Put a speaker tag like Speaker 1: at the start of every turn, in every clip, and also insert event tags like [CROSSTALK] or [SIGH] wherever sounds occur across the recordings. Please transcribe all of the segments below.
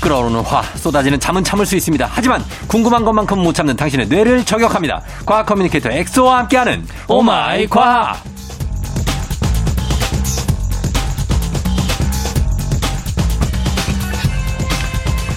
Speaker 1: 끓어오르는 화, 쏟아지는 잠은 참을 수 있습니다. 하지만 궁금한 것만큼 못 참는 당신의 뇌를 저격합니다. 과학 커뮤니케이터 엑소와 함께하는 오마이 과학.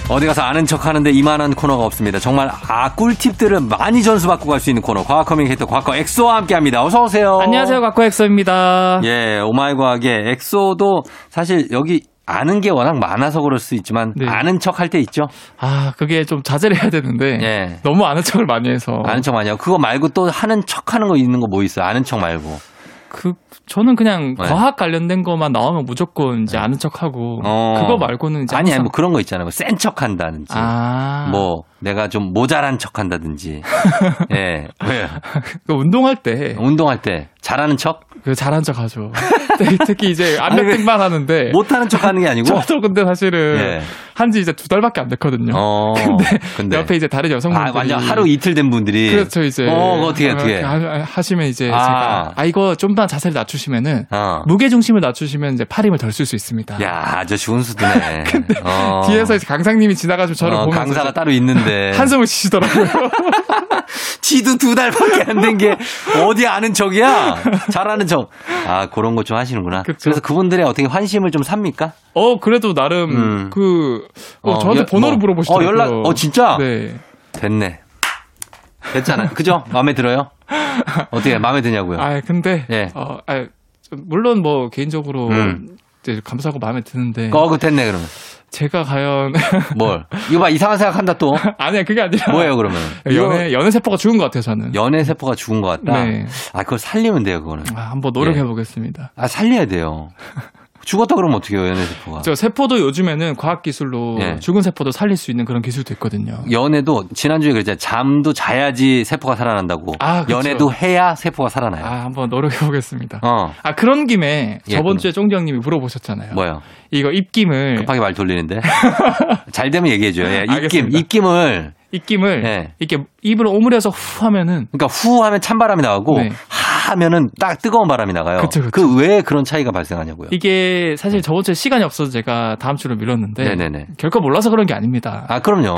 Speaker 1: 어디 가서 아는 척 하는데 이만한 코너가 없습니다. 정말 아 꿀팁들을 많이 전수받고 갈 수 있는 코너 과학 커뮤니케이터 과거 엑소와 함께합니다. 어서 오세요.
Speaker 2: 안녕하세요, 과거 엑소입니다.
Speaker 1: 예, 오마이 과학의 엑소도 사실 여기 아는 게 워낙 많아서 그럴 수 있지만
Speaker 2: 네.
Speaker 1: 아는 척 할 때 있죠.
Speaker 2: 아, 그게 좀 자제를 해야 되는데
Speaker 1: 예.
Speaker 2: 너무 아는 척을 많이 해서
Speaker 1: 어. 아는 척 많이 하고 그거 말고 또 하는 척 하는 거 있는 거 뭐 있어요? 아는 척 말고.
Speaker 2: 그 저는 그냥
Speaker 1: 네.
Speaker 2: 과학 관련된 것만 나오면 무조건 이제 아는 척하고
Speaker 1: 어.
Speaker 2: 그거 말고는 이제
Speaker 1: 아니 아니 뭐
Speaker 2: 항상-
Speaker 1: 그런 거 있잖아요. 뭐센척 한다든지.
Speaker 2: 아,
Speaker 1: 뭐 내가 좀 모자란 척
Speaker 2: [LAUGHS]
Speaker 1: 한다든지. 예. 왜?
Speaker 2: 그 운동할 때
Speaker 1: 운동할 때 잘하는 척?
Speaker 2: 그 잘한
Speaker 1: [LAUGHS]
Speaker 2: 척 하죠. 네, 특히- 특히 이제 압력등반 하는데
Speaker 1: 못 하는 척 하는 게 아니고.
Speaker 2: 예. 저도 근데 사실은
Speaker 1: 그 뭐, 예.
Speaker 2: 한지 이제 두 달밖에 안 됐거든요.
Speaker 1: 어.
Speaker 2: [LAUGHS] 근데, 옆에 이제 다른 여성분들이
Speaker 1: 아, 완전 하루 이틀 된 분들이
Speaker 2: 그렇죠 이제
Speaker 1: 어, 그거 어떻게 어떻게.
Speaker 2: 하- 하시면 이제
Speaker 1: 아.
Speaker 2: 제가 아 이거 좀만 자세를 낮추시면은
Speaker 1: 어.
Speaker 2: 무게 중심을 낮추시면 이제 팔 힘을 덜 쓸 수 있습니다.
Speaker 1: 야, 아저씨
Speaker 2: [LAUGHS]
Speaker 1: 훈수드네. 어.
Speaker 2: 뒤에서 이제 강사님이 지나가시면 저를
Speaker 1: 어,
Speaker 2: 보면서
Speaker 1: 강사가
Speaker 2: 이제
Speaker 1: 따로 있는데.
Speaker 2: 한숨을 쉬시더라고요.
Speaker 1: [LAUGHS] 지도 두 달밖에 안 된 게 어디 아는 척이야? 잘하는 척. 아, 그런 거 좀 하시는구나. 그
Speaker 2: 그쵸.
Speaker 1: 래서 그분들의 어떻게 환심을 좀 삽니까?
Speaker 2: 어 그래도 나름
Speaker 1: 음.
Speaker 2: 그 어,
Speaker 1: 어,
Speaker 2: 저한테
Speaker 1: 여-
Speaker 2: 번호를
Speaker 1: 뭐,
Speaker 2: 물어보시더라고요.
Speaker 1: 어, 연락- 어, 진짜?
Speaker 2: 네.
Speaker 1: 됐네. 됐잖아. 그죠? 마음에 들어요? 어떻게 마음에 드냐고요?
Speaker 2: 아 근데
Speaker 1: 네. 예.
Speaker 2: 어, 아, 물론 뭐 개인적으로
Speaker 1: 음.
Speaker 2: 이제 감사하고 마음에 드는데
Speaker 1: 어, 그 됐네, 그러면.
Speaker 2: 제가 과연 [LAUGHS]
Speaker 1: 뭘. 이거 봐, 이상한 생각한다 또.
Speaker 2: 아니야 그게 아니라
Speaker 1: 뭐예요, 그러면?
Speaker 2: 연애 연애 세포가 죽은 것 같아요 저는.
Speaker 1: 이거 연애 세포가 죽은 것 같다?
Speaker 2: 네.
Speaker 1: 아, 그걸 살리면 돼요, 그거는.
Speaker 2: 아, 한번 노력해 보겠습니다.
Speaker 1: 아, 살려야 돼요. 죽었다 그러면 어떻게 해요, 연애 세포가?
Speaker 2: 저 세포도 요즘에는 과학 기술로
Speaker 1: 예.
Speaker 2: 죽은 세포도 살릴 수 있는 그런 기술도 있거든요.
Speaker 1: 연애도 지난주에 그랬잖아요. 잠도 자야지 세포가 살아난다고.
Speaker 2: 아, 그쵸.
Speaker 1: 연애도 해야 세포가 살아나요.
Speaker 2: 아, 한번 노력해 보겠습니다.
Speaker 1: 네. 어.
Speaker 2: 아, 그런 김에
Speaker 1: 예,
Speaker 2: 저번 주에 쫑디 형님이 물어보셨잖아요.
Speaker 1: 뭐요? 그
Speaker 2: 이거 입김을
Speaker 1: 급하게 말
Speaker 2: [LAUGHS]
Speaker 1: 돌리는데. 잘 되면 얘기해줘요. 예, 입김,
Speaker 2: 알겠습니다.
Speaker 1: 입김을.
Speaker 2: 입김을
Speaker 1: 예.
Speaker 2: 이렇게 입을 오므려서 후 하면은
Speaker 1: 그러니까 후 하면 찬바람이 나오고,
Speaker 2: 네.
Speaker 1: 하 하면은 딱 뜨거운 바람이 나가요.
Speaker 2: 그쵸, 그쵸.
Speaker 1: 그 왜 그런 차이가 발생하냐고요.
Speaker 2: 이게 사실 저번 주에 시간이 없어서 제가 다음 주로 미뤘는데
Speaker 1: 네네네.
Speaker 2: 결코 몰라서 그런 게 아닙니다.
Speaker 1: 아,
Speaker 2: [LAUGHS]
Speaker 1: 그럼요.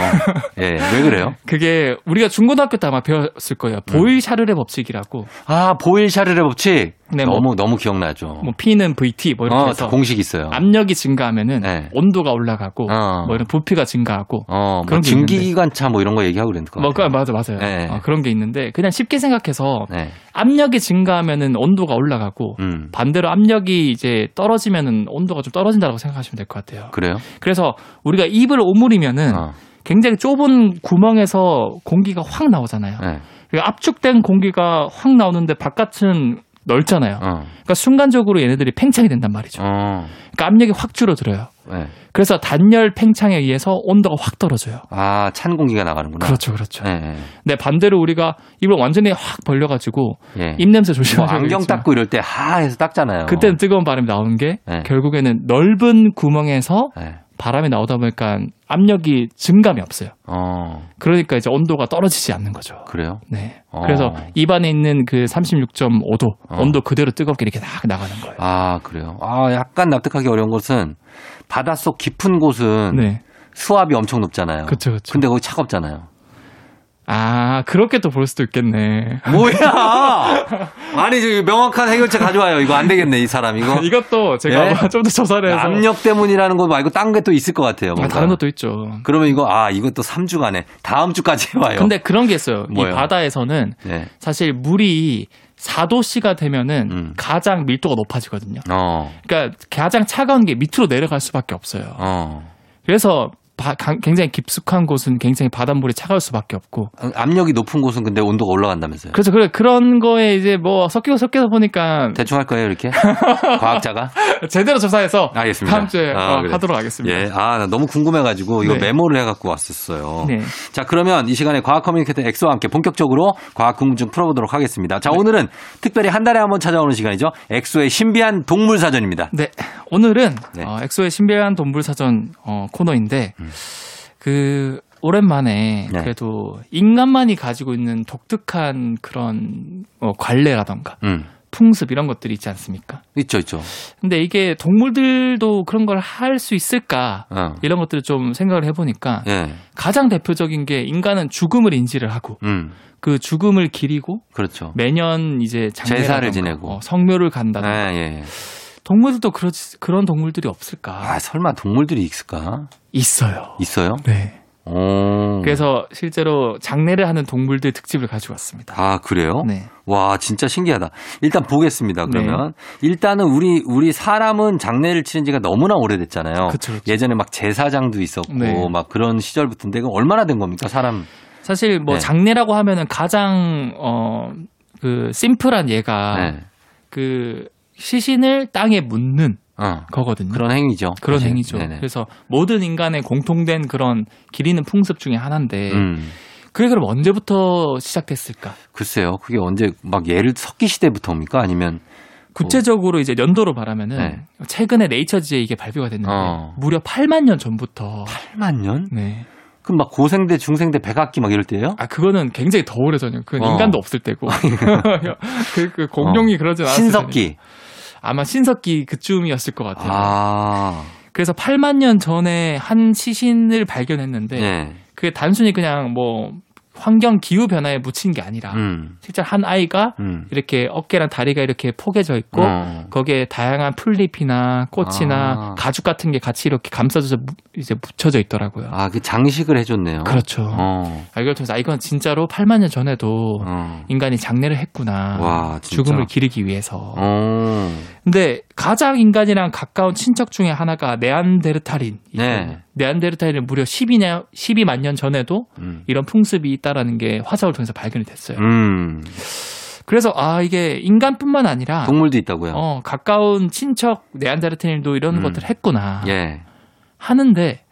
Speaker 1: 예, 왜 그래요?
Speaker 2: 그게 우리가 중고등학교 때 아마 배웠을 거예요.
Speaker 1: 음.
Speaker 2: 보일 샤르레 법칙이라고
Speaker 1: 아, 보일 샤르레 법칙.
Speaker 2: 네, 뭐-
Speaker 1: 너무, 너무 기억나죠.
Speaker 2: 뭐 P는 VT 뭐 이렇게
Speaker 1: 어, 다
Speaker 2: 해서
Speaker 1: 공식 있어요.
Speaker 2: 압력이 증가하면은
Speaker 1: 네.
Speaker 2: 온도가 올라가고
Speaker 1: 어.
Speaker 2: 뭐 이런 부피가 증가하고
Speaker 1: 어, 뭐
Speaker 2: 그런 게 있는데.
Speaker 1: 증기기관차 뭐 이런 거 얘기하고 그랬는 거.
Speaker 2: 뭐, 그, 맞아, 맞아요.
Speaker 1: 네.
Speaker 2: 어, 그런 게 있는데, 그냥 쉽게 생각해서,
Speaker 1: 네.
Speaker 2: 압력이 증가하면은 온도가 올라가고,
Speaker 1: 음.
Speaker 2: 반대로 압력이 이제 떨어지면은 온도가 좀 떨어진다고 생각하시면 될 것 같아요.
Speaker 1: 그래요?
Speaker 2: 그래서 우리가 입을 오므리면은
Speaker 1: 어.
Speaker 2: 굉장히 좁은 구멍에서 공기가 확 나오잖아요.
Speaker 1: 네.
Speaker 2: 그 압축된 공기가 확 나오는데 바깥은 넓잖아요.
Speaker 1: 어.
Speaker 2: 그러니까 순간적으로 얘네들이 팽창이 된단 말이죠.
Speaker 1: 어.
Speaker 2: 그러니까 압력이 확 줄어들어요.
Speaker 1: 네.
Speaker 2: 그래서 단열 팽창에 의해서 온도가 확 떨어져요.
Speaker 1: 아, 찬 공기가 나가는구나.
Speaker 2: 그렇죠, 그렇죠.
Speaker 1: 예, 예.
Speaker 2: 근데 반대로 우리가 입을 완전히 확 벌려가지고
Speaker 1: 예.
Speaker 2: 입 냄새
Speaker 1: 뭐
Speaker 2: 조심하셔야
Speaker 1: 안경
Speaker 2: 되겠지만
Speaker 1: 닦고 이럴 때 하 해서 닦잖아요.
Speaker 2: 그렇죠. 그때는 뜨거운 바람이 나오는 게
Speaker 1: 네.
Speaker 2: 결국에는 넓은 구멍에서
Speaker 1: 예.
Speaker 2: 바람이 나오다 보니까 압력이 증감이 없어요.
Speaker 1: 어,
Speaker 2: 그러니까 이제 온도가 떨어지지 않는 거죠.
Speaker 1: 그래요?
Speaker 2: 네.
Speaker 1: 어.
Speaker 2: 그래서 입 안에 있는 그 36.5도
Speaker 1: 어.
Speaker 2: 온도 그대로 뜨겁게 이렇게 딱 나가는 거예요.
Speaker 1: 아, 그래요. 아, 약간 납득하기 어려운 것은 바닷속 깊은 곳은
Speaker 2: 네.
Speaker 1: 수압이 엄청 높잖아요.
Speaker 2: 그쵸, 그쵸.
Speaker 1: 음. 어. 근데 거기 차갑잖아요.
Speaker 2: 아, 그렇게 또 볼 수도 있겠네. [LAUGHS]
Speaker 1: 뭐야! 아니, 저기 명확한 해결책 가져와요. 이거 안 되겠네, 이 사람. 이거.
Speaker 2: [LAUGHS] 이것도 제가
Speaker 1: 예?
Speaker 2: 아마 좀더 조사를 해서
Speaker 1: 압력 때문이라는 거 말고 딴 게 또 있을 것 같아요.
Speaker 2: 아,
Speaker 1: 뭔가.
Speaker 2: 다른 것도 있죠.
Speaker 1: 그러면 이거, 아, 이것도 3주간에. 다음 주까지 와요.
Speaker 2: 근데 그런 게 있어요.
Speaker 1: 뭐요?
Speaker 2: 이 바다에서는
Speaker 1: 네.
Speaker 2: 사실 물이 4도씨가 되면은
Speaker 1: 음.
Speaker 2: 가장 밀도가 높아지거든요.
Speaker 1: 어,
Speaker 2: 그러니까 가장 차가운 게 밑으로 내려갈 수밖에 없어요.
Speaker 1: 어.
Speaker 2: 그래서 바- 강- 굉장히 깊숙한 곳은 굉장히 바닷물이 차가울 수밖에 없고.
Speaker 1: 압력이 높은 곳은 근데 온도가 올라간다면서요.
Speaker 2: 그래서 그래 그런 거에 이제 뭐 섞이고 섞여서 보니까
Speaker 1: 대충 할 거예요,
Speaker 2: [LAUGHS]
Speaker 1: 이렇게? 과학자가?
Speaker 2: 제대로 조사해서
Speaker 1: 네. 알겠습니다.
Speaker 2: 다음 주에
Speaker 1: 아,
Speaker 2: 어,
Speaker 1: 그래.
Speaker 2: 하도록 하겠습니다.
Speaker 1: 예. 아, 나 너무 궁금해가지고 이거
Speaker 2: 네.
Speaker 1: 메모를 해갖고 왔었어요.
Speaker 2: 네.
Speaker 1: 자, 그러면 이 시간에 과학 커뮤니케이터 엑소와 함께 본격적으로 과학 궁금증 풀어보도록 하겠습니다.
Speaker 2: 네.
Speaker 1: 자, 오늘은 특별히 한 달에 한 번 찾아오는 시간이죠. 엑소의 신비한 동물 사전입니다.
Speaker 2: 네, 오늘은
Speaker 1: 네. 음.
Speaker 2: 어, 엑소의 신비한 동물사전 어, 코너인데 그 오랜만에
Speaker 1: 네.
Speaker 2: 그래도 인간만이 가지고 있는 독특한 그런 어, 관례라던가
Speaker 1: 음.
Speaker 2: 풍습 이런 것들이 있지 않습니까?
Speaker 1: 있죠, 있죠.
Speaker 2: 근데 이게 동물들도 그런 걸 할 수 있을까?
Speaker 1: 어.
Speaker 2: 이런 것들을 좀 생각을 해보니까
Speaker 1: 예.
Speaker 2: 가장 대표적인 게 인간은 죽음을 인지를 하고
Speaker 1: 음.
Speaker 2: 그 죽음을 기리고
Speaker 1: 그렇죠.
Speaker 2: 매년 이제 장례라던가,
Speaker 1: 제사를 지내고.
Speaker 2: 어, 성묘를 간다.
Speaker 1: 예,
Speaker 2: 가
Speaker 1: 예. 예.
Speaker 2: 동물들도 그런 동물들이 없을까?
Speaker 1: 아, 설마 동물들이 있을까?
Speaker 2: 있어요.
Speaker 1: 있어요?
Speaker 2: 네.
Speaker 1: 오.
Speaker 2: 그래서 실제로 장례를 하는 동물들 특집을 가져왔습니다.
Speaker 1: 아, 그래요?
Speaker 2: 네.
Speaker 1: 와, 진짜 신기하다. 일단 보겠습니다. 그러면
Speaker 2: 네.
Speaker 1: 일단은 우리 우리 사람은 장례를 치른 지가 너무나 오래됐잖아요.
Speaker 2: 그쵸, 그쵸.
Speaker 1: 어. 예전에 막 제사장도 있었고
Speaker 2: 네.
Speaker 1: 막 그런 시절부터인데 그럼 얼마나 된 겁니까? 사람.
Speaker 2: 사실 뭐
Speaker 1: 네.
Speaker 2: 장례라고 하면은 가장 어, 어그 심플한 예가
Speaker 1: 네.
Speaker 2: 그 시신을 땅에 묻는
Speaker 1: 어.
Speaker 2: 거거든요.
Speaker 1: 그런 행위죠.
Speaker 2: 그런
Speaker 1: 사실.
Speaker 2: 행위죠.
Speaker 1: 네네.
Speaker 2: 그래서 모든 인간의 공통된 그런 기리는 풍습 중에 하나인데
Speaker 1: 음.
Speaker 2: 그게 그럼 언제부터 시작됐을까?
Speaker 1: 글쎄요. 그게 언제 막 예를 석기 시대부터입니까? 아니면
Speaker 2: 구체적으로 이제 연도로 말하면은
Speaker 1: 네.
Speaker 2: 최근에 네이처지에 이게 발표가 됐는데
Speaker 1: 어.
Speaker 2: 무려 8만 년 전부터
Speaker 1: 8만 년?
Speaker 2: 네.
Speaker 1: 그럼 막 고생대, 중생대, 백악기 막 이럴 때예요?
Speaker 2: 아 그거는 굉장히 더 오래전이에요. 그건
Speaker 1: 어.
Speaker 2: 인간도 없을 때고 [LAUGHS] 그, 그 공룡이 그러진 않았을 텐데.
Speaker 1: 신석기.
Speaker 2: 아마 신석기 그쯤이었을 것 같아요.
Speaker 1: 아.
Speaker 2: 그래서 8만 년 전에 한 시신을 발견했는데
Speaker 1: 예.
Speaker 2: 그게 단순히 그냥 뭐 환경 기후 변화에 묻힌 게 아니라
Speaker 1: 음.
Speaker 2: 실제 한 아이가
Speaker 1: 음.
Speaker 2: 이렇게 어깨랑 다리가 이렇게 포개져 있고
Speaker 1: 어.
Speaker 2: 거기에 다양한 풀잎이나 꽃이나
Speaker 1: 아.
Speaker 2: 가죽 같은 게 같이 이렇게 감싸져서 무- 이제 묻혀져 있더라고요.
Speaker 1: 아, 그 장식을 해줬네요.
Speaker 2: 그렇죠.
Speaker 1: 어.
Speaker 2: 아, 이걸 통해서 아, 이건 진짜로 8만 년 전에도
Speaker 1: 어.
Speaker 2: 인간이 장례를 했구나.
Speaker 1: 와, 진짜.
Speaker 2: 아, 죽음을 기르기 위해서.
Speaker 1: 어.
Speaker 2: 근데 가장 인간이랑 가까운 친척 중에 하나가 네안데르탈인.
Speaker 1: 네.
Speaker 2: 네안데르탈인은 무려 12년, 12만 년 전에도
Speaker 1: 음.
Speaker 2: 이런 풍습이 있다라는 게 화석을 통해서 발견이 됐어요.
Speaker 1: 음.
Speaker 2: 그래서 아 이게 인간뿐만 아니라
Speaker 1: 동물도 있다고요.
Speaker 2: 어, 가까운 친척 네안데르탈인도 이런
Speaker 1: 음.
Speaker 2: 것들을 했구나
Speaker 1: 예.
Speaker 2: 하는데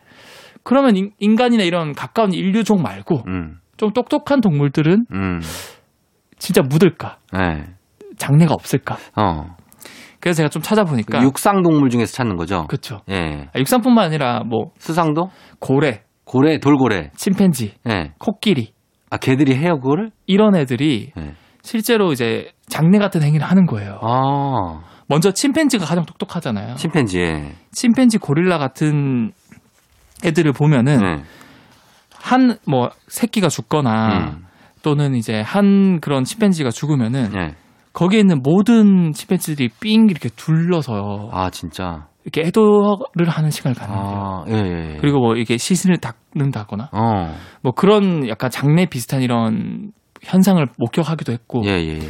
Speaker 2: 그러면 인- 인간이나 이런 가까운 인류종 말고
Speaker 1: 음.
Speaker 2: 좀 똑똑한 동물들은
Speaker 1: 음.
Speaker 2: 진짜 묻을까
Speaker 1: 예.
Speaker 2: 장래가 없을까
Speaker 1: 어.
Speaker 2: 그래서 제가 좀 찾아보니까
Speaker 1: 육상 동물 중에서 찾는 거죠.
Speaker 2: 그러니까 그렇죠
Speaker 1: 예.
Speaker 2: 아, 육상뿐만 아니라 뭐
Speaker 1: 수상도?
Speaker 2: 고래
Speaker 1: 고래, 돌고래.
Speaker 2: 침팬지
Speaker 1: 예.
Speaker 2: 코끼리
Speaker 1: 아, 걔들이 해요, 그거를?
Speaker 2: 이런 애들이
Speaker 1: 예.
Speaker 2: 실제로 이제 장례 같은 행위를 하는 거예요.
Speaker 1: 아.
Speaker 2: 먼저 침팬지가 가장 똑똑하잖아요.
Speaker 1: 침팬지. 예.
Speaker 2: 침팬지 고릴라 같은 애들을 보면은
Speaker 1: 예.
Speaker 2: 한 뭐 새끼가 죽거나
Speaker 1: 음.
Speaker 2: 또는 이제 한 그런 침팬지가 죽으면은
Speaker 1: 예.
Speaker 2: 거기에 있는 모든 침팬지들이 삥 이렇게 둘러서요.
Speaker 1: 아, 진짜.
Speaker 2: 이렇게 애도를 하는 시간을 갖는데요.
Speaker 1: 아, 예, 예. 예.
Speaker 2: 그리고 뭐 이게 시신을 닦는다거나
Speaker 1: 어.
Speaker 2: 뭐 그런 약간 장례 비슷한 이런 현상을 목격하기도 했고
Speaker 1: 예, 예, 예.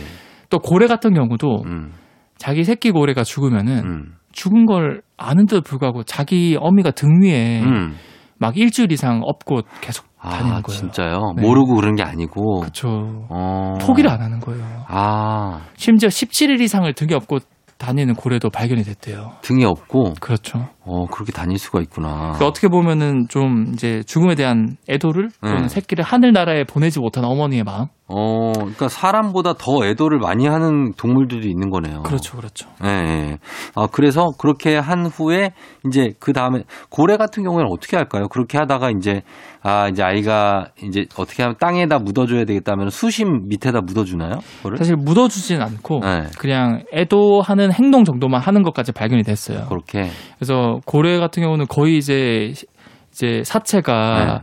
Speaker 2: 또 고래 같은 경우도
Speaker 1: 음.
Speaker 2: 자기 새끼 고래가 죽으면은
Speaker 1: 음.
Speaker 2: 죽은 걸 아는데도 불구하고 자기 어미가 등 위에
Speaker 1: 음.
Speaker 2: 막 일주일 이상 업고 계속 네. 다니는
Speaker 1: 아,
Speaker 2: 거예요.
Speaker 1: 진짜요?
Speaker 2: 네.
Speaker 1: 모르고 그런 게 아니고.
Speaker 2: 그렇죠.
Speaker 1: 어.
Speaker 2: 포기를 안 하는 거예요.
Speaker 1: 아,
Speaker 2: 심지어 17일 이상을 등에 업고 다니는 고래도 발견이 됐대요.
Speaker 1: 등이 없고,
Speaker 2: 그렇죠.
Speaker 1: 어, 그렇게 다닐 수가 있구나.
Speaker 2: 그러니까 어떻게 보면은 좀 이제 죽음에 대한 애도를 또는
Speaker 1: 음.
Speaker 2: 새끼를 하늘나라에 보내지 못한 어머니의 마음.
Speaker 1: 어, 그러니까 사람보다 더 애도를 많이 하는 동물들도 있는 거네요.
Speaker 2: 그렇죠, 그렇죠.
Speaker 1: 예, 예. 아, 그래서 그렇게 한 후에 이제 그 다음에 고래 같은 경우에는 어떻게 할까요? 그렇게 하다가 이제 아, 이제 아이가 이제 어떻게 하면 땅에다 묻어줘야 되겠다면 수심 밑에다 묻어주나요? 그거를?
Speaker 2: 사실 묻어주진 않고
Speaker 1: 예.
Speaker 2: 그냥 애도하는 행동 정도만 하는 것까지 발견이 됐어요.
Speaker 1: 그렇게.
Speaker 2: 그래서 고래 같은 경우는 거의 이제 시- 이제
Speaker 1: 예.
Speaker 2: 사체가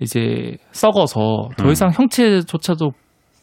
Speaker 2: 이제 썩어서 더
Speaker 1: 네. 음.
Speaker 2: 이상 형체조차도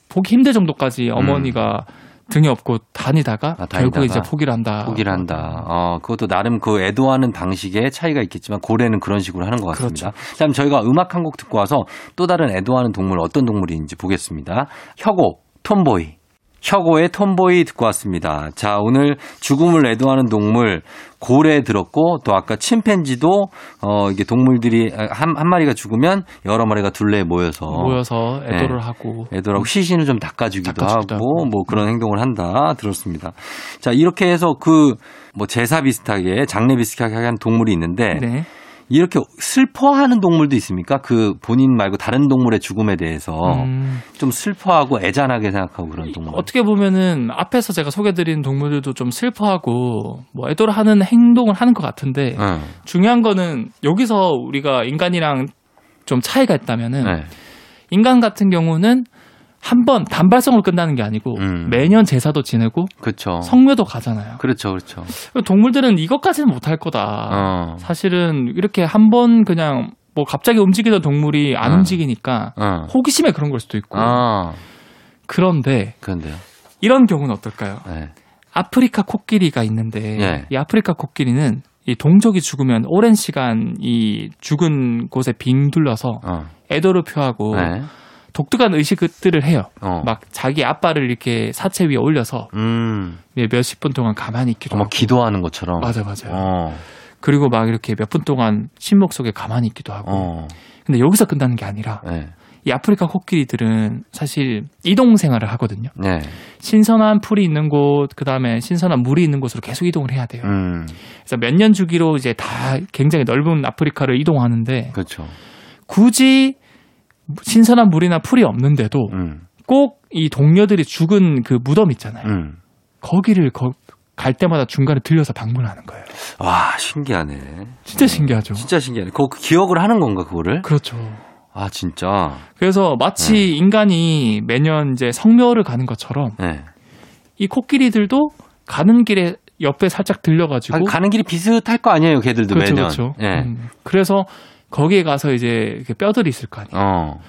Speaker 2: 보기 힘들 정도까지 어머니가 등에 업고 다니다가,
Speaker 1: 아, 다니다가
Speaker 2: 결국에 이제 포기를 한다.
Speaker 1: 포기를 한다. 어, 그것도 나름 그 애도하는 방식의 차이가 있겠지만 고래는 그런 식으로 하는 것 같습니다. 그럼 저희가 음악 한 곡 듣고 와서 또 다른 애도하는 동물 어떤 동물인지 보겠습니다. 혁오, 톰보이. 혁오의 톰보이 듣고 왔습니다. 자, 오늘 죽음을 애도하는 동물 고래 들었고 또 아까 침팬지도 어 이게 동물들이 한, 한 마리가 죽으면 여러 마리가 둘레에 모여서
Speaker 2: 모여서
Speaker 1: 네.
Speaker 2: 애도를 하고
Speaker 1: 애들하고 시신을 좀 닦아주기도,
Speaker 2: 닦아주기도 음.
Speaker 1: 하고, 뭐 그런 행동을 한다 들었습니다. 자 이렇게 해서 그 뭐 제사 비슷하게 장례 비슷하게 한 동물이 있는데
Speaker 2: 네.
Speaker 1: 이렇게 슬퍼하는 동물도 있습니까? 그 본인 말고 다른 동물의 죽음에 대해서
Speaker 2: 음,
Speaker 1: 좀 슬퍼하고 애잔하게 생각하고 그런 동물.
Speaker 2: 뭐 어떻게 보면은 앞에서 제가 소개드린 동물들도 좀 슬퍼하고 뭐 애도를 하는 행동을 하는 것 같은데
Speaker 1: 응,
Speaker 2: 중요한 거는 여기서 우리가 인간이랑 좀 차이가 있다면은
Speaker 1: 네.
Speaker 2: 인간 같은 경우는 한 번 단발성으로 끝나는 게 아니고
Speaker 1: 음.
Speaker 2: 매년 제사도 지내고
Speaker 1: 그렇죠.
Speaker 2: 성묘도 가잖아요.
Speaker 1: 그렇죠, 그렇죠.
Speaker 2: 동물들은 이것까지는 못할 거다.
Speaker 1: 어,
Speaker 2: 사실은 이렇게 한 번 그냥 뭐 갑자기 움직이던 동물이 안
Speaker 1: 음.
Speaker 2: 움직이니까
Speaker 1: 어,
Speaker 2: 호기심에 그런 걸 수도 있고.
Speaker 1: 아,
Speaker 2: 그런데
Speaker 1: 그런데요.
Speaker 2: 이런 경우는 어떨까요?
Speaker 1: 네.
Speaker 2: 아프리카 코끼리가 있는데
Speaker 1: 예.
Speaker 2: 이 아프리카 코끼리는 이 동족이 죽으면 오랜 시간 이 죽은 곳에 빙둘러서
Speaker 1: 어,
Speaker 2: 애도를 표하고
Speaker 1: 네.
Speaker 2: 독특한 의식들을 해요.
Speaker 1: 어,
Speaker 2: 막 자기 아빠를 이렇게 사체 위에 올려서
Speaker 1: 음,
Speaker 2: 몇십 분 동안 가만히 있기도
Speaker 1: 정말
Speaker 2: 하고.
Speaker 1: 기도하는 것처럼.
Speaker 2: 맞아 맞아요.
Speaker 1: 어,
Speaker 2: 그리고 막 이렇게 몇 분 동안 침묵 속에 가만히 있기도 하고.
Speaker 1: 어,
Speaker 2: 근데 여기서 끝나는 게 아니라
Speaker 1: 네,
Speaker 2: 이 아프리카 코끼리들은 사실 이동 생활을 하거든요.
Speaker 1: 네,
Speaker 2: 신선한 풀이 있는 곳, 그 다음에 신선한 물이 있는 곳으로 계속 이동을 해야 돼요.
Speaker 1: 음,
Speaker 2: 그래서 몇 년 주기로 이제 다 굉장히 넓은 아프리카를 이동하는데
Speaker 1: 그렇죠.
Speaker 2: 굳이 신선한 물이나 풀이 없는데도
Speaker 1: 음,
Speaker 2: 꼭 이 동료들이 죽은 그 무덤 있잖아요.
Speaker 1: 음.
Speaker 2: 거기를 거- 갈 때마다 중간에 들려서 방문하는 거예요.
Speaker 1: 와, 신기하네.
Speaker 2: 진짜 신기하죠.
Speaker 1: 진짜 신기하네. 그거 기억을 하는 건가, 그거를?
Speaker 2: 그렇죠. 네.
Speaker 1: 아, 진짜.
Speaker 2: 그래서 마치 인간이 매년 이제 성묘를 가는 것처럼
Speaker 1: 네.
Speaker 2: 이 코끼리들도 가는 길에 옆에 살짝
Speaker 1: 아,
Speaker 2: 들려가지고
Speaker 1: 가는 길이 비슷할 거 아니에요, 걔들도
Speaker 2: 그렇죠,
Speaker 1: 매년.
Speaker 2: 그렇죠.
Speaker 1: 예.
Speaker 2: 음. 그래서 거기에 가서 이제 이렇게 뼈들이 있을 거 아니에요.
Speaker 1: 어.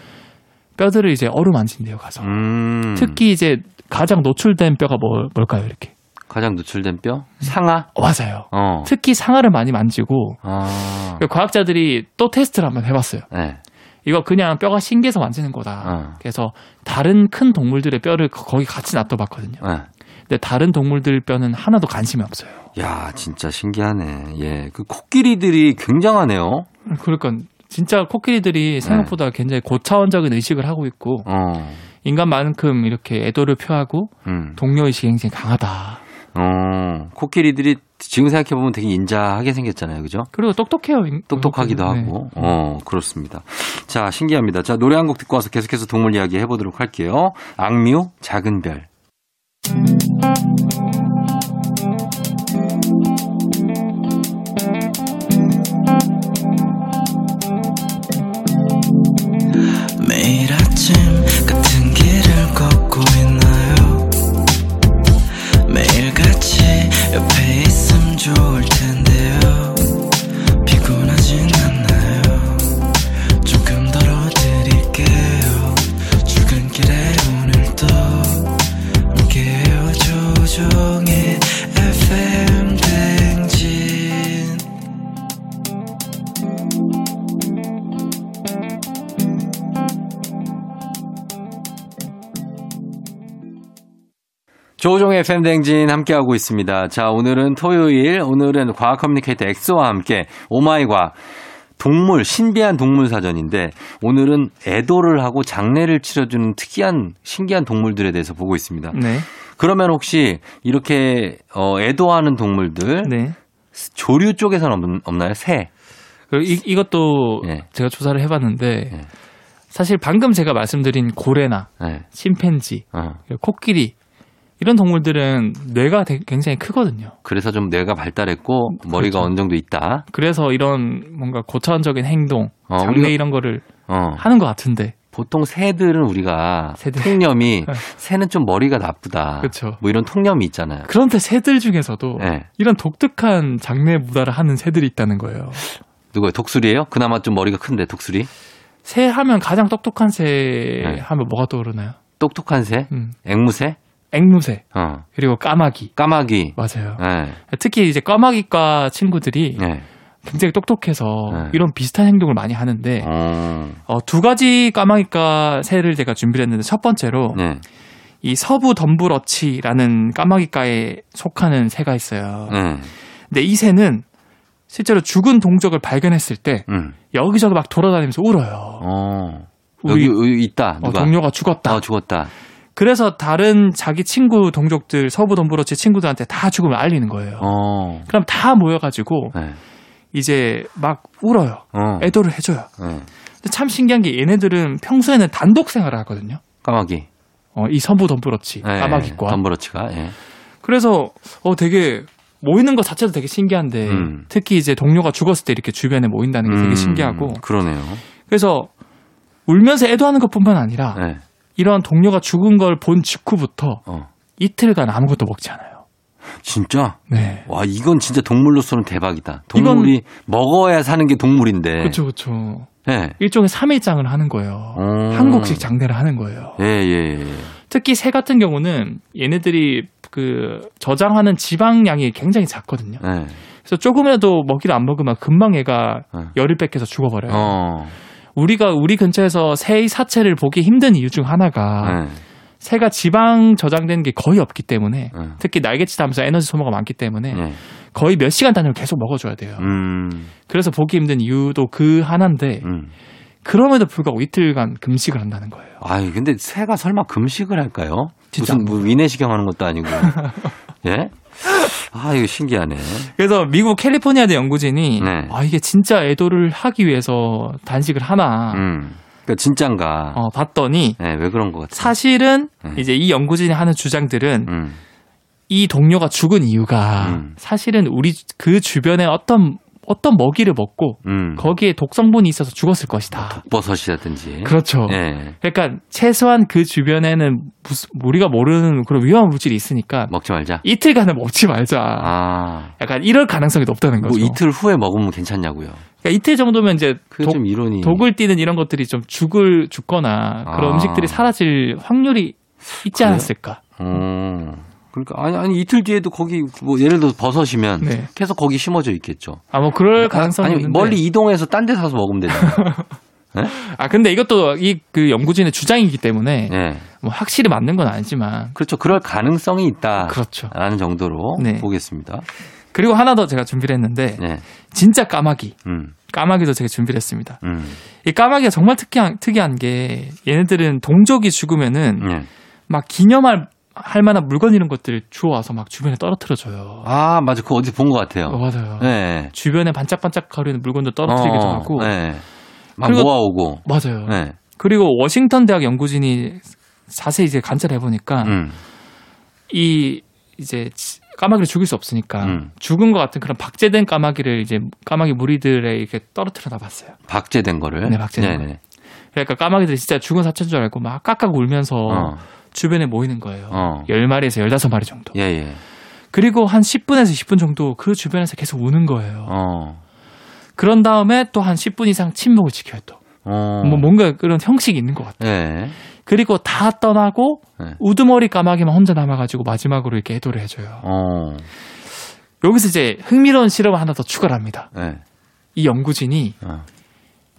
Speaker 2: 뼈들을 이제 어루만진대요 가서.
Speaker 1: 음.
Speaker 2: 특히 이제 가장 노출된 뼈가 뭐- 뭘까요, 이렇게?
Speaker 1: 가장 노출된 뼈? 상하?
Speaker 2: 어, 맞아요.
Speaker 1: 어.
Speaker 2: 특히 상아를 많이 만지고
Speaker 1: 아.
Speaker 2: 그 과학자들이 또 테스트를 한번 해봤어요.
Speaker 1: 네.
Speaker 2: 이거 그냥 뼈가 신기해서 만지는 거다.
Speaker 1: 어.
Speaker 2: 그래서 다른 큰 동물들의 뼈를 거- 거기 같이 놔둬봤거든요.
Speaker 1: 네.
Speaker 2: 근데 다른 동물들 뼈는 하나도 관심이 없어요.
Speaker 1: 야, 진짜 신기하네. 예. 그 코끼리들이 굉장하네요.
Speaker 2: 그러니까 진짜
Speaker 1: 네.
Speaker 2: 코끼리들이 생각보다 굉장히 고차원적인 의식을 하고 있고
Speaker 1: 어.
Speaker 2: 인간만큼 이렇게 애도를 표하고
Speaker 1: 음.
Speaker 2: 동료의식이 굉장히 강하다.
Speaker 1: 어. 코끼리들이 지금 생각해보면 되게 인자하게 생겼잖아요. 그죠?
Speaker 2: 그리고 똑똑해요. 인-
Speaker 1: 똑똑하기도
Speaker 2: 네.
Speaker 1: 하고. 어, 그렇습니다. 자, 신기합니다. 자, 노래 한 곡 듣고 와서 계속해서 동물 이야기 해보도록 할게요. 악뮤, 작은 별.
Speaker 3: 매일 아침 같은 길을 걷고 있나요 매일 같이 옆에 있음 좋을 텐데요 피곤하진 않나요 조금 덜어드릴게요 출근길에 오늘도 함께해요 조종의 FM 댕진
Speaker 1: 조종의 팬댕진 함께하고 있습니다. 자, 오늘은 토요일, 오늘은 과학 커뮤니케이터 엑소와 함께 오마이과 동물, 신비한 동물 사전인데 오늘은 애도를 하고 장례를 치러주는 특이한, 신기한 동물들에 대해서 보고 있습니다.
Speaker 2: 네.
Speaker 1: 그러면 혹시 이렇게, 어, 애도하는 동물들,
Speaker 2: 네.
Speaker 1: 조류 쪽에서는 없, 나요 새.
Speaker 2: 그리고 이, 이것도
Speaker 1: 예.
Speaker 2: 제가 조사를 해봤는데
Speaker 1: 예.
Speaker 2: 사실 방금 제가 말씀드린 고래나
Speaker 1: 네.
Speaker 2: 침팬지,
Speaker 1: 어.
Speaker 2: 그리고 코끼리 이런 동물들은 뇌가 되- 굉장히 크거든요.
Speaker 1: 그래서 좀 뇌가 발달했고 머리가
Speaker 2: 그렇죠.
Speaker 1: 어느 정도 있다.
Speaker 2: 그래서 이런 뭔가 고차원적인 행동,
Speaker 1: 어,
Speaker 2: 장례
Speaker 1: 우리가-
Speaker 2: 이런 거를
Speaker 1: 어.
Speaker 2: 하는 것 같은데
Speaker 1: 보통 새들은 우리가
Speaker 2: 새들.
Speaker 1: 통념이
Speaker 2: [LAUGHS] 네. 그렇죠.
Speaker 1: 새는 좀 머리가 나쁘다.
Speaker 2: 그쵸.
Speaker 1: 뭐 이런 통념이 있잖아요.
Speaker 2: 그런데 새들 중에서도
Speaker 1: 예.
Speaker 2: 이런 독특한 장례 문화를 하는 새들이 있다는 거예요.
Speaker 1: 누구예요? 독수리예요? 그나마 좀 머리가 큰데 독수리?
Speaker 2: 새 하면 가장 똑똑한 새
Speaker 1: 네.
Speaker 2: 하면 뭐가 떠오르나요?
Speaker 1: 똑똑한 새?
Speaker 2: 음,
Speaker 1: 앵무새?
Speaker 2: 앵무새
Speaker 1: 어.
Speaker 2: 그리고 까마귀
Speaker 1: 까마귀.
Speaker 2: 맞아요.
Speaker 1: 예.
Speaker 2: 특히 이제 까마귀과 친구들이
Speaker 1: 예.
Speaker 2: 굉장히 똑똑해서
Speaker 1: 네.
Speaker 2: 이런 비슷한 행동을 많이 하는데
Speaker 1: 어.
Speaker 2: 어, 두 가지 까마귀과 새를 제가 준비를 했는데 첫 번째로
Speaker 1: 예.
Speaker 2: 이 서부 덤불어치라는 까마귀과에 속하는 새가 있어요.
Speaker 1: 예.
Speaker 2: 근데 이 새는 실제로 죽은 동족을 발견했을 때
Speaker 1: 음.
Speaker 2: 여기저기 막 돌아다니면서 울어요.
Speaker 1: 어. 여기,
Speaker 2: 우리
Speaker 1: 여기 있다.
Speaker 2: 어,
Speaker 1: 누가?
Speaker 2: 동료가 죽었다.
Speaker 1: 아, 죽었다.
Speaker 2: 그래서 다른 자기 친구 동족들 서부 덤불어치 친구들한테 다 죽음을 알리는 거예요.
Speaker 1: 어.
Speaker 2: 그럼 다 모여가지고
Speaker 1: 예.
Speaker 2: 이제 막 울어요.
Speaker 1: 어.
Speaker 2: 애도를 해줘요.
Speaker 1: 예.
Speaker 2: 근데 참 신기한 게 얘네들은 평소에는 단독 생활을 하거든요.
Speaker 1: 까마귀.
Speaker 2: 어, 이 서부 덤불어치
Speaker 1: 예.
Speaker 2: 까마귀과.
Speaker 1: 덤브러치가. 예.
Speaker 2: 그래서 어 되게 모이는 것 자체도 되게 신기한데
Speaker 1: 음.
Speaker 2: 특히 이제 동료가 죽었을 때 이렇게 주변에 모인다는 게 되게
Speaker 1: 음,
Speaker 2: 신기하고
Speaker 1: 그러네요.
Speaker 2: 그래서 울면서 애도하는 것뿐만 아니라
Speaker 1: 예.
Speaker 2: 이러한 동료가 죽은 걸 본 직후부터
Speaker 1: 어.
Speaker 2: 이틀간 아무것도 먹지 않아요.
Speaker 1: 진짜?
Speaker 2: 네.
Speaker 1: 와, 이건 진짜 동물로서는 대박이다. 동물이 먹어야 사는 게 동물인데.
Speaker 2: 그렇죠, 그렇죠.
Speaker 1: 예.
Speaker 2: 일종의 3일장을 하는 거예요.
Speaker 1: 음.
Speaker 2: 한국식 장례를 하는 거예요.
Speaker 1: 예, 예, 예.
Speaker 2: 특히 새 같은 경우는 얘네들이 그 저장하는 지방량이 굉장히 작거든요.
Speaker 1: 예.
Speaker 2: 그래서 조금이라도 먹이를 안 먹으면 금방 얘가
Speaker 1: 어.
Speaker 2: 열을 뺏겨서 죽어버려요.
Speaker 1: 어.
Speaker 2: 우리가 우리 근처에서 새의 사체를 보기 힘든 이유 중 하나가
Speaker 1: 예.
Speaker 2: 새가 지방 저장되는 게 거의 없기 때문에
Speaker 1: 예.
Speaker 2: 특히 날개짓 하면서 에너지 소모가 많기 때문에
Speaker 1: 예.
Speaker 2: 거의 몇 시간 단위로 계속 먹어줘야 돼요.
Speaker 1: 음.
Speaker 2: 그래서 보기 힘든 이유도 그 하나인데
Speaker 1: 음.
Speaker 2: 그럼에도 불구하고 이틀간 금식을 한다는 거예요.
Speaker 1: 아이, 근데 새가 설마 금식을 할까요?
Speaker 2: 진짜
Speaker 1: 무슨 뭐 위내시경 하는 것도 아니고. [LAUGHS] 예? 아, 이거 신기하네.
Speaker 2: 그래서 미국 캘리포니아대 연구진이
Speaker 1: 네.
Speaker 2: 아 이게 진짜 애도를 하기 위해서 단식을 하나
Speaker 1: 음. 그러니까 진짠가.
Speaker 2: 아. 어, 봤더니
Speaker 1: 예, 왜 그런 것 같아?
Speaker 2: 사실은
Speaker 1: 네.
Speaker 2: 이제 이 연구진이 하는 주장들은
Speaker 1: 음.
Speaker 2: 이 동료가 죽은 이유가
Speaker 1: 음.
Speaker 2: 사실은 우리 그 주변에 어떤 어떤 먹이를 먹고
Speaker 1: 음.
Speaker 2: 거기에 독성분이 있어서 죽었을 것이다.
Speaker 1: 버섯이라든지.
Speaker 2: 그렇죠.
Speaker 1: 예.
Speaker 2: 그러니까 최소한 그 주변에는 무슨 우리가 모르는 그런 위험 물질이 있으니까
Speaker 1: 먹지 말자.
Speaker 2: 이틀간은 먹지 말자.
Speaker 1: 아.
Speaker 2: 약간 이럴 가능성이 높다는
Speaker 1: 뭐
Speaker 2: 거죠.
Speaker 1: 이틀 후에 먹으면 괜찮냐고요.
Speaker 2: 그러니까 이틀 정도면 이제
Speaker 1: 그게
Speaker 2: 독,
Speaker 1: 좀 이론이.
Speaker 2: 독을 띠는 이런 것들이 좀 죽을 죽거나 그런
Speaker 1: 예. 아.
Speaker 2: 음식들이 사라질 확률이 있지
Speaker 1: 그래요?
Speaker 2: 않았을까?
Speaker 1: 어. 그러니까 아니 아니 이틀 뒤에도 거기 뭐 예를 들어 서 버섯이면
Speaker 2: 네.
Speaker 1: 계속 거기 심어져 있겠죠.
Speaker 2: 아뭐 그럴 가능성이
Speaker 1: 아니
Speaker 2: 있는데.
Speaker 1: 멀리 이동해서 딴 데 사서 먹으면
Speaker 2: [LAUGHS]
Speaker 1: 되잖아요.
Speaker 2: 아 근데 이것도 이 그 연구진의 주장이기 때문에
Speaker 1: 예.
Speaker 2: 뭐 확실히 맞는 건 아니지만
Speaker 1: 그렇죠. 그럴 가능성이 있다.
Speaker 2: 그렇죠.
Speaker 1: 라는 정도로
Speaker 2: 네.
Speaker 1: 보겠습니다.
Speaker 2: 그리고 하나 더 제가 준비를 했는데
Speaker 1: 예.
Speaker 2: 진짜 까마귀
Speaker 1: 음.
Speaker 2: 까마귀도 제가 준비를 했습니다.
Speaker 1: 음.
Speaker 2: 이 까마귀가 정말 특이한 특이한 게 얘네들은 동족이 죽으면은
Speaker 1: 예.
Speaker 2: 막 기념할 할 만한 물건 이런 것들을 주워와서 막 주변에 떨어뜨려줘요.
Speaker 1: 아, 맞아. 그거 어디 본 것
Speaker 2: 어,
Speaker 1: 같아요.
Speaker 2: 맞아요.
Speaker 1: 예.
Speaker 2: 주변에 반짝반짝 거리는 물건도 떨어뜨리기도
Speaker 1: 어,
Speaker 2: 하고
Speaker 1: 예. 막
Speaker 2: 그리고-
Speaker 1: 모아오고.
Speaker 2: 맞아요.
Speaker 1: 예.
Speaker 2: 그리고 워싱턴 대학 연구진이 자세히 이제 관찰해 보니까
Speaker 1: 음.
Speaker 2: 이 이제 지- 까마귀를 죽일 수 없으니까
Speaker 1: 음.
Speaker 2: 죽은 것 같은 그런 박제된 까마귀를 이제 까마귀 무리들에 이렇게 떨어뜨려 놔봤어요.
Speaker 1: 박제된 거를.
Speaker 2: 네, 박제된
Speaker 1: 네네.
Speaker 2: 그러니까 까마귀들이 진짜 죽은 사체인 줄 알고 막 깍깍 울면서
Speaker 1: 어.
Speaker 2: 주변에 모이는 거예요.
Speaker 1: 어.
Speaker 2: 열 10마리에서 15마리 정도.
Speaker 1: 예, 예.
Speaker 2: 그리고 한 10분에서 20분 정도 그 주변에서 계속 우는 거예요.
Speaker 1: 어.
Speaker 2: 그런 다음에 또 한 10분 이상 침묵을 지켜요 또.
Speaker 1: 어.
Speaker 2: 뭐 뭔가 그런 형식이 있는 것 같아요.
Speaker 1: 예.
Speaker 2: 그리고 다 떠나고
Speaker 1: 네.
Speaker 2: 우두머리 까마귀만 혼자 남아가지고 마지막으로 이렇게 해도를 해줘요.
Speaker 1: 어.
Speaker 2: 여기서 이제 흥미로운 실험을 하나 더 추가를 합니다.
Speaker 1: 예.
Speaker 2: 이 연구진이
Speaker 1: 어.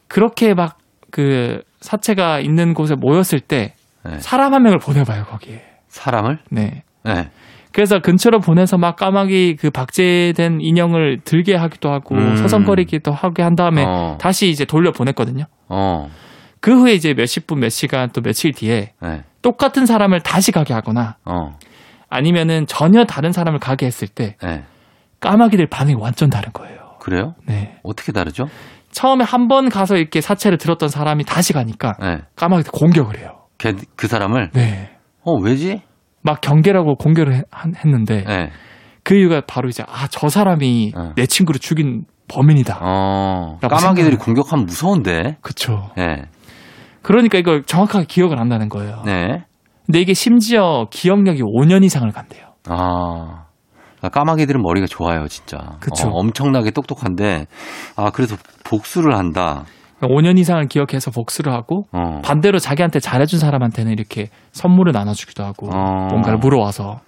Speaker 2: 그렇게 막 그 사체가 있는 곳에 모였을 때
Speaker 1: 네.
Speaker 2: 사람 한 명을 보내봐요 거기에.
Speaker 1: 사람을?
Speaker 2: 네.
Speaker 1: 예.
Speaker 2: 그래서 근처로 보내서 막 까마귀 그 박제된 인형을 들게 하기도 하고
Speaker 1: 음.
Speaker 2: 서성거리기도 하게 한 다음에
Speaker 1: 어.
Speaker 2: 다시 이제 돌려 보냈거든요.
Speaker 1: 어.
Speaker 2: 그 후에 이제 몇십 분, 몇 시간 또 며칠 뒤에
Speaker 1: 예.
Speaker 2: 똑같은 사람을 다시 가게 하거나
Speaker 1: 어.
Speaker 2: 아니면은 전혀 다른 사람을 가게 했을 때
Speaker 1: 예.
Speaker 2: 까마귀들 반응이 완전 다른 거예요.
Speaker 1: 그래요?
Speaker 2: 네.
Speaker 1: 어떻게 다르죠?
Speaker 2: 처음에 한 번 가서 이렇게 사체를 들었던 사람이 다시 가니까
Speaker 1: 예.
Speaker 2: 까마귀들 공격을 해요.
Speaker 1: 걔, 그 사람을?
Speaker 2: 네.
Speaker 1: 어, 왜지?
Speaker 2: 막 경계라고 공격을 해- 한- 했는데
Speaker 1: 예.
Speaker 2: 그 이유가 바로 이제 아, 저 사람이
Speaker 1: 어.
Speaker 2: 내 친구를 죽인 범인이다.
Speaker 1: 어.
Speaker 2: 라고
Speaker 1: 까마귀들이
Speaker 2: 생각해요.
Speaker 1: 공격하면 무서운데.
Speaker 2: 그쵸.
Speaker 1: 예.
Speaker 2: 그러니까 이걸 정확하게 기억을 한다는 거예요.
Speaker 1: 네.
Speaker 2: 근데 이게 심지어 기억력이 5년 이상을 간대요.
Speaker 1: 아. 아, 까마귀들은 머리가 좋아요, 진짜.
Speaker 2: 그쵸.
Speaker 1: 어, 엄청나게 똑똑한데, 아, 그래서 복수를 한다.
Speaker 2: 그러니까 5년 이상을 기억해서 복수를 하고
Speaker 1: 어.
Speaker 2: 반대로 자기한테 잘해준 사람한테는 이렇게 선물을 나눠주기도 하고
Speaker 1: 어.
Speaker 2: 뭔가를 물어와서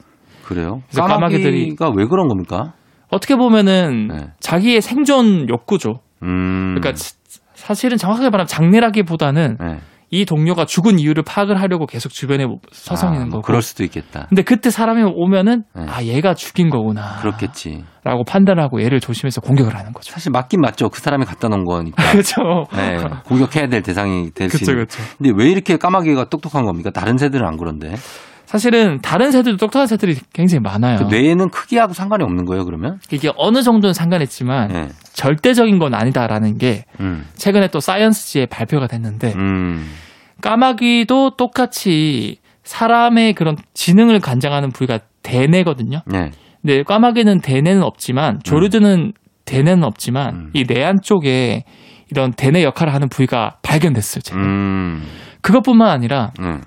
Speaker 1: 그래요?
Speaker 2: 그래서 까마귀들이-
Speaker 1: 까마귀가 왜 그런 겁니까?
Speaker 2: 어떻게 보면은
Speaker 1: 네.
Speaker 2: 자기의 생존 욕구죠.
Speaker 1: 음.
Speaker 2: 그러니까 사- 사실은 정확하게 말하면 장례라기보다는
Speaker 1: 네.
Speaker 2: 이 동료가 죽은 이유를 파악을 하려고 계속 주변에 서성이는
Speaker 1: 아, 뭐
Speaker 2: 거고.
Speaker 1: 그럴 수도 있겠다.
Speaker 2: 근데 그때 사람이 오면은
Speaker 1: 네.
Speaker 2: 아 얘가 죽인 거구나.
Speaker 1: 그렇겠지.
Speaker 2: 라고 판단하고 얘를 조심해서 공격을 하는 거죠. [LAUGHS]
Speaker 1: 사실 맞긴 맞죠. 그 사람이 갖다 놓은 거니까.
Speaker 2: 그렇죠.
Speaker 1: 네, 공격해야 될 대상이 될 수
Speaker 2: 그렇죠,
Speaker 1: 있는.
Speaker 2: 그렇죠.
Speaker 1: 근데 왜 이렇게 까마귀가 똑똑한 겁니까? 다른 새들은 안 그런데.
Speaker 2: 사실은 다른 새들도 똑똑한 새들이 굉장히 많아요.
Speaker 1: 그 뇌에는 크기하고 상관이 없는 거예요, 그러면?
Speaker 2: 이게 어느 정도는 상관했지만
Speaker 1: 네.
Speaker 2: 절대적인 건 아니다라는 게
Speaker 1: 음.
Speaker 2: 최근에 또 사이언스지에 발표가 됐는데
Speaker 1: 음.
Speaker 2: 까마귀도 똑같이 사람의 그런 지능을 관장하는 부위가 대뇌거든요.
Speaker 1: 네.
Speaker 2: 근데 까마귀는 대뇌는 없지만 조류들은 대뇌는 없지만
Speaker 1: 음.
Speaker 2: 이 내안 쪽에 이런 대뇌 역할을 하는 부위가 발견됐어요. 제가.
Speaker 1: 음.
Speaker 2: 그것뿐만 아니라
Speaker 1: 음.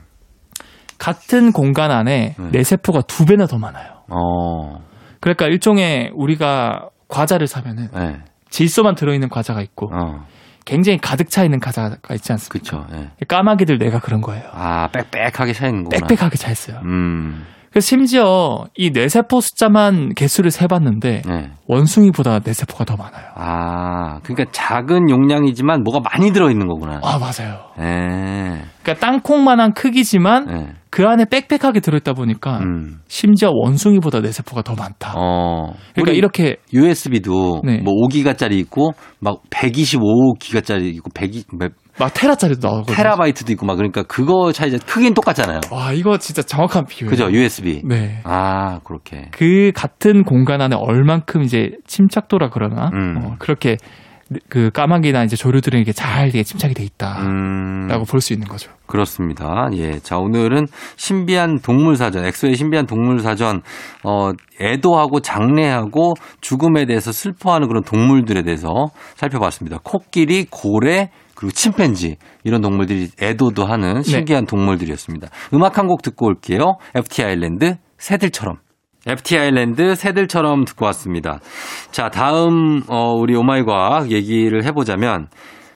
Speaker 2: 같은 공간 안에
Speaker 1: 네.
Speaker 2: 내세포가 두 배나 더 많아요.
Speaker 1: 어,
Speaker 2: 그러니까 일종의 우리가 과자를 사면은
Speaker 1: 네.
Speaker 2: 질소만 들어있는 과자가 있고
Speaker 1: 어,
Speaker 2: 굉장히 가득 차 있는 과자가 있지 않습니까?
Speaker 1: 그쵸. 예.
Speaker 2: 까마귀들 내가 그런 거예요.
Speaker 1: 아, 빽빽하게 차 있는 거구나.
Speaker 2: 빽빽하게 차 있어요.
Speaker 1: 음,
Speaker 2: 그래서 심지어 이 뇌세포 숫자만 개수를 세봤는데
Speaker 1: 네.
Speaker 2: 원숭이보다 뇌세포가 더 많아요.
Speaker 1: 아, 그러니까 작은 용량이지만 뭐가 많이 들어있는 거구나.
Speaker 2: 아 맞아요.
Speaker 1: 예.
Speaker 2: 그러니까 땅콩만한 크기지만
Speaker 1: 예.
Speaker 2: 그 안에 빽빽하게 들어있다 보니까
Speaker 1: 음.
Speaker 2: 심지어 원숭이보다 뇌세포가 더 많다.
Speaker 1: 어.
Speaker 2: 그러니까
Speaker 1: 우리
Speaker 2: 이렇게
Speaker 1: USB도
Speaker 2: 네.
Speaker 1: 뭐 5기가짜리 있고 막 125기가짜리 있고 100이 몇
Speaker 2: 막 테라짜리도 나오거든요.
Speaker 1: 테라바이트도 있고 막 그러니까 그거 차이 크긴 똑같잖아요.
Speaker 2: 와 이거 진짜 정확한 비유.
Speaker 1: 그죠? USB.
Speaker 2: 어, 예. 네.
Speaker 1: 아, 그렇게.
Speaker 2: 그 같은 공간 안에 얼만큼 이제 침착도라 그러나
Speaker 1: 음.
Speaker 2: 어, 그렇게 그 까마귀나 이제 조류들에게 잘 이게 침착이 돼 있다라고
Speaker 1: 음.
Speaker 2: 볼 수 있는 거죠.
Speaker 1: 그렇습니다. 예. 자, 오늘은 신비한 동물 사전, 엑소의 신비한 동물 사전, 어, 애도하고 장례하고 죽음에 대해서 슬퍼하는 그런 동물들에 대해서 살펴봤습니다. 코끼리, 고래, 그리고 침팬지 이런 동물들이 애도도 하는 신기한 동물들이었습니다. 음악 한 곡 듣고 올게요. FT 아일랜드 새들처럼. FT 아일랜드 새들처럼 듣고 왔습니다. 자, 다음 어, 우리 오마이과학 얘기를 해보자면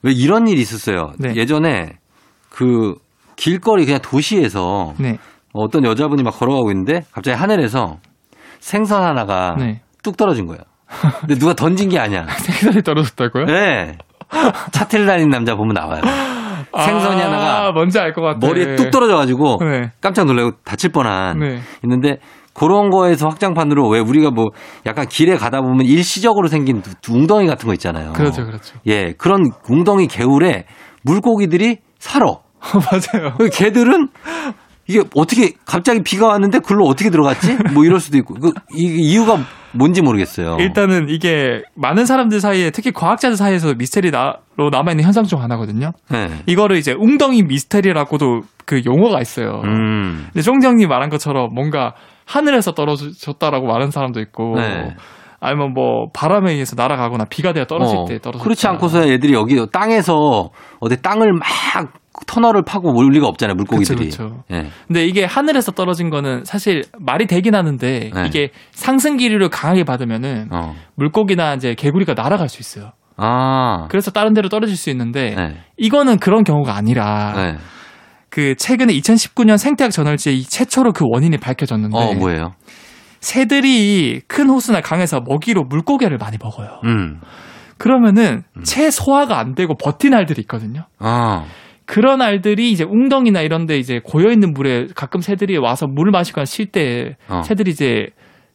Speaker 1: 왜 이런 일이 있었어요.
Speaker 2: 네.
Speaker 1: 예전에 그 길거리 그냥 도시에서
Speaker 2: 네.
Speaker 1: 어떤 여자분이 막 걸어가고 있는데 갑자기 하늘에서 생선 하나가
Speaker 2: 네. [LAUGHS]
Speaker 1: 뚝 떨어진 거예요. 근데 누가 던진 게 아니야.
Speaker 2: 생선이 떨어졌다고요?
Speaker 1: 네. 차 틀고 다니는 남자 보면 나와요. 생선이
Speaker 2: 아,
Speaker 1: 하나가
Speaker 2: 뭔지 알 것 같아.
Speaker 1: 머리에 뚝 떨어져가지고
Speaker 2: 네.
Speaker 1: 깜짝 놀라고 다칠 뻔한
Speaker 2: 네.
Speaker 1: 있는데 그런 거에서 확장판으로 왜 우리가 뭐 약간 길에 가다 보면 일시적으로 생긴 두- 두 웅덩이 같은 거 있잖아요.
Speaker 2: 그렇죠, 그렇죠. [LAUGHS]
Speaker 1: 예, 그런 웅덩이 개울에 물고기들이 살아.
Speaker 2: 어, 맞아요.
Speaker 1: 그 개들은 이게 어떻게 갑자기 비가 왔는데 글로 어떻게 들어갔지? 뭐 이럴 수도 있고 그 이, 이유가 뭔지 모르겠어요.
Speaker 2: 일단은 이게 많은 사람들 사이에 특히 과학자들 사이에서 미스테리로 남아 있는 현상 중 하나거든요.
Speaker 1: 네.
Speaker 2: 이거를 이제 웅덩이 미스테리라고도 그 용어가 있어요.
Speaker 1: 음.
Speaker 2: 근데 총장님 말한 것처럼 뭔가 하늘에서 떨어졌다라고 말하는 사람도 있고
Speaker 1: 네.
Speaker 2: 아니면 뭐 바람에 의해서 날아가거나 비가 내려 떨어질
Speaker 1: 어,
Speaker 2: 때 떨어졌다.
Speaker 1: 그렇지 않고서 애들이 여기 땅에서 어디 땅을 막 터널을 파고 올 리가 없잖아요 물고기들이.
Speaker 2: 그쵸, 그쵸.
Speaker 1: 예.
Speaker 2: 근데 이게 하늘에서 떨어진 거는 사실 말이 되긴 하는데
Speaker 1: 네.
Speaker 2: 이게 상승 기류를 강하게 받으면은
Speaker 1: 어.
Speaker 2: 물고기나 이제 개구리가 날아갈 수 있어요.
Speaker 1: 아.
Speaker 2: 그래서 다른 데로 떨어질 수 있는데
Speaker 1: 네.
Speaker 2: 이거는 그런 경우가 그, 아니라
Speaker 1: 네.
Speaker 2: 그 최근에 2019년 생태학 저널지에 이 최초로 그 원인이 밝혀졌는데
Speaker 1: 어 뭐예요?
Speaker 2: 새들이 큰 호수나 강에서 먹이로 물고기를 많이 먹어요.
Speaker 1: 음.
Speaker 2: 그러면은 채 소화가 안 되고 버틴 알들이 있거든요.
Speaker 1: 아.
Speaker 2: 그런 알들이 이제 웅덩이나 이런데 이제 고여 있는 물에 가끔 새들이 와서 물을 마시거나 쉴 때
Speaker 1: 어.
Speaker 2: 새들이 이제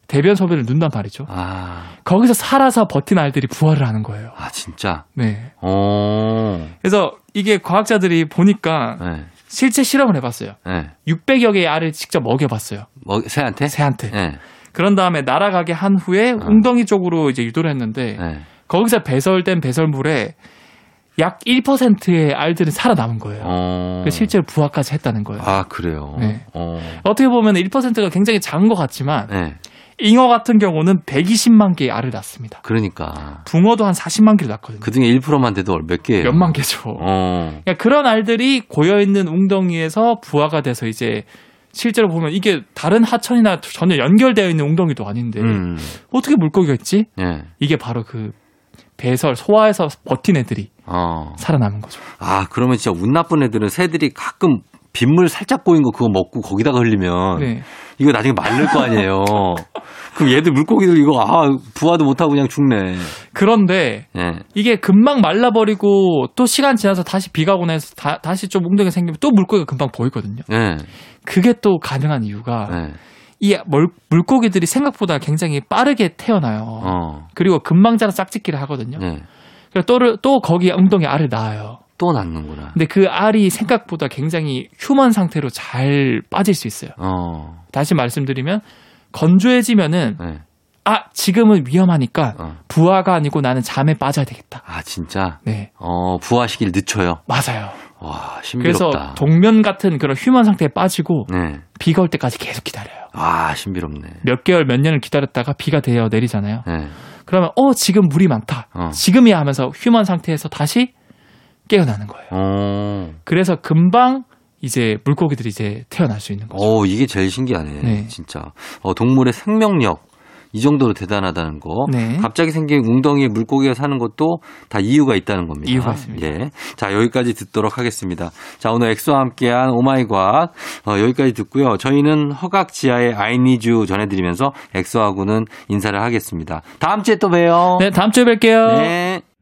Speaker 2: 대변 소변을 넣는단 말이죠.
Speaker 1: 아.
Speaker 2: 거기서 살아서 버틴 알들이 부활을 하는 거예요.
Speaker 1: 아 진짜.
Speaker 2: 네.
Speaker 1: 오.
Speaker 2: 그래서 이게 과학자들이 보니까
Speaker 1: 네.
Speaker 2: 실제 실험을 해봤어요.
Speaker 1: 네.
Speaker 2: 600여 개의 알을 직접 먹여봤어요.
Speaker 1: 뭐 새한테?
Speaker 2: 새한테.
Speaker 1: 네.
Speaker 2: 그런 다음에 날아가게 한 후에 웅덩이 쪽으로 이제 유도를 했는데
Speaker 1: 네.
Speaker 2: 거기서 배설된 배설물에 약 1%의 알들은 살아남은 거예요.
Speaker 1: 어.
Speaker 2: 그 실제로 부화까지 했다는 거예요.
Speaker 1: 아 그래요.
Speaker 2: 네.
Speaker 1: 어.
Speaker 2: 어떻게 보면 1%가 굉장히 작은 것 같지만
Speaker 1: 네.
Speaker 2: 잉어 같은 경우는 120만 개의 알을 낳습니다.
Speaker 1: 그러니까
Speaker 2: 붕어도 한 40만 개를 낳거든요.
Speaker 1: 그 중에 1%만 돼도 몇 개예요?
Speaker 2: 몇만 개죠.
Speaker 1: 어.
Speaker 2: 그러니까 그런 알들이 고여 있는 웅덩이에서 부화가 돼서 이제 실제로 보면 이게 다른 하천이나 전혀 연결되어 있는 웅덩이도 아닌데
Speaker 1: 음.
Speaker 2: 어떻게 물고기가 있지?
Speaker 1: 예.
Speaker 2: 이게 바로 그 배설 소화해서 버틴 애들이
Speaker 1: 어.
Speaker 2: 살아남은 거죠.
Speaker 1: 아, 그러면 진짜 운 나쁜 애들은 새들이 가끔 빗물 살짝 고인 거 그거 먹고 거기다가 흘리면
Speaker 2: 네.
Speaker 1: 이거 나중에 말릴 거
Speaker 2: [LAUGHS]
Speaker 1: 아니에요. 그럼 얘들 물고기들 이거 아, 부화도 못 하고 그냥 죽네.
Speaker 2: 그런데
Speaker 1: 예.
Speaker 2: 이게 금방 말라버리고 또 시간 지나서 다시 비가 오나 해서 다, 다시 좀 웅덩이 생기면 또 물고기가 금방 보이거든요.
Speaker 1: 예.
Speaker 2: 그게 또 가능한 이유가
Speaker 1: 예.
Speaker 2: 이 멀- 물고기들이 생각보다 굉장히 빠르게 태어나요.
Speaker 1: 어.
Speaker 2: 그리고 금방 자라 짝짓기를 하거든요.
Speaker 1: 예.
Speaker 2: 그래서 또, 또 거기 웅덩이 알을 낳아요.
Speaker 1: 또 낳는구나.
Speaker 2: 근데 그 알이 생각보다 굉장히 휴먼 상태로 잘 빠질 수 있어요.
Speaker 1: 어.
Speaker 2: 다시 말씀드리면 건조해지면은
Speaker 1: 예.
Speaker 2: 아 지금은 위험하니까
Speaker 1: 어.
Speaker 2: 부하가 아니고 나는 잠에 빠져야 되겠다.
Speaker 1: 아, 진짜.
Speaker 2: 네
Speaker 1: 어, 부화시길 늦춰요.
Speaker 2: 맞아요.
Speaker 1: 와,
Speaker 2: 그래서
Speaker 1: 신비롭다.
Speaker 2: 동면 같은 그런 휴먼 상태에 빠지고
Speaker 1: 네.
Speaker 2: 비가 올 때까지 계속 기다려요.
Speaker 1: 아, 신비롭네.
Speaker 2: 몇 개월 몇 년을 기다렸다가 비가 되어 내리잖아요.
Speaker 1: 예.
Speaker 2: 그러면 어 지금 물이 많다.
Speaker 1: 어.
Speaker 2: 지금이야 하면서 휴먼 상태에서 다시 깨어나는 거예요.
Speaker 1: 어.
Speaker 2: 그래서 금방 이제 물고기들이 이제 태어날 수 있는 거죠.
Speaker 1: 어, 이게 제일 신기하네.
Speaker 2: 네.
Speaker 1: 진짜. 어, 동물의 생명력. 이 정도로 대단하다는 거.
Speaker 2: 네.
Speaker 1: 갑자기 생긴 웅덩이에 물고기가 사는 것도 다 이유가 있다는 겁니다.
Speaker 2: 이유가 있습니다.
Speaker 1: 예. 자, 여기까지 듣도록 하겠습니다. 자, 오늘 엑소와 함께한 오마이과학 어, 여기까지 듣고요. 저희는 허각 지하의 아이니주 전해드리면서 엑소하고는 인사를 하겠습니다. 다음 주에 또 봬요.
Speaker 2: 네, 다음 주에 뵐게요.
Speaker 1: 네.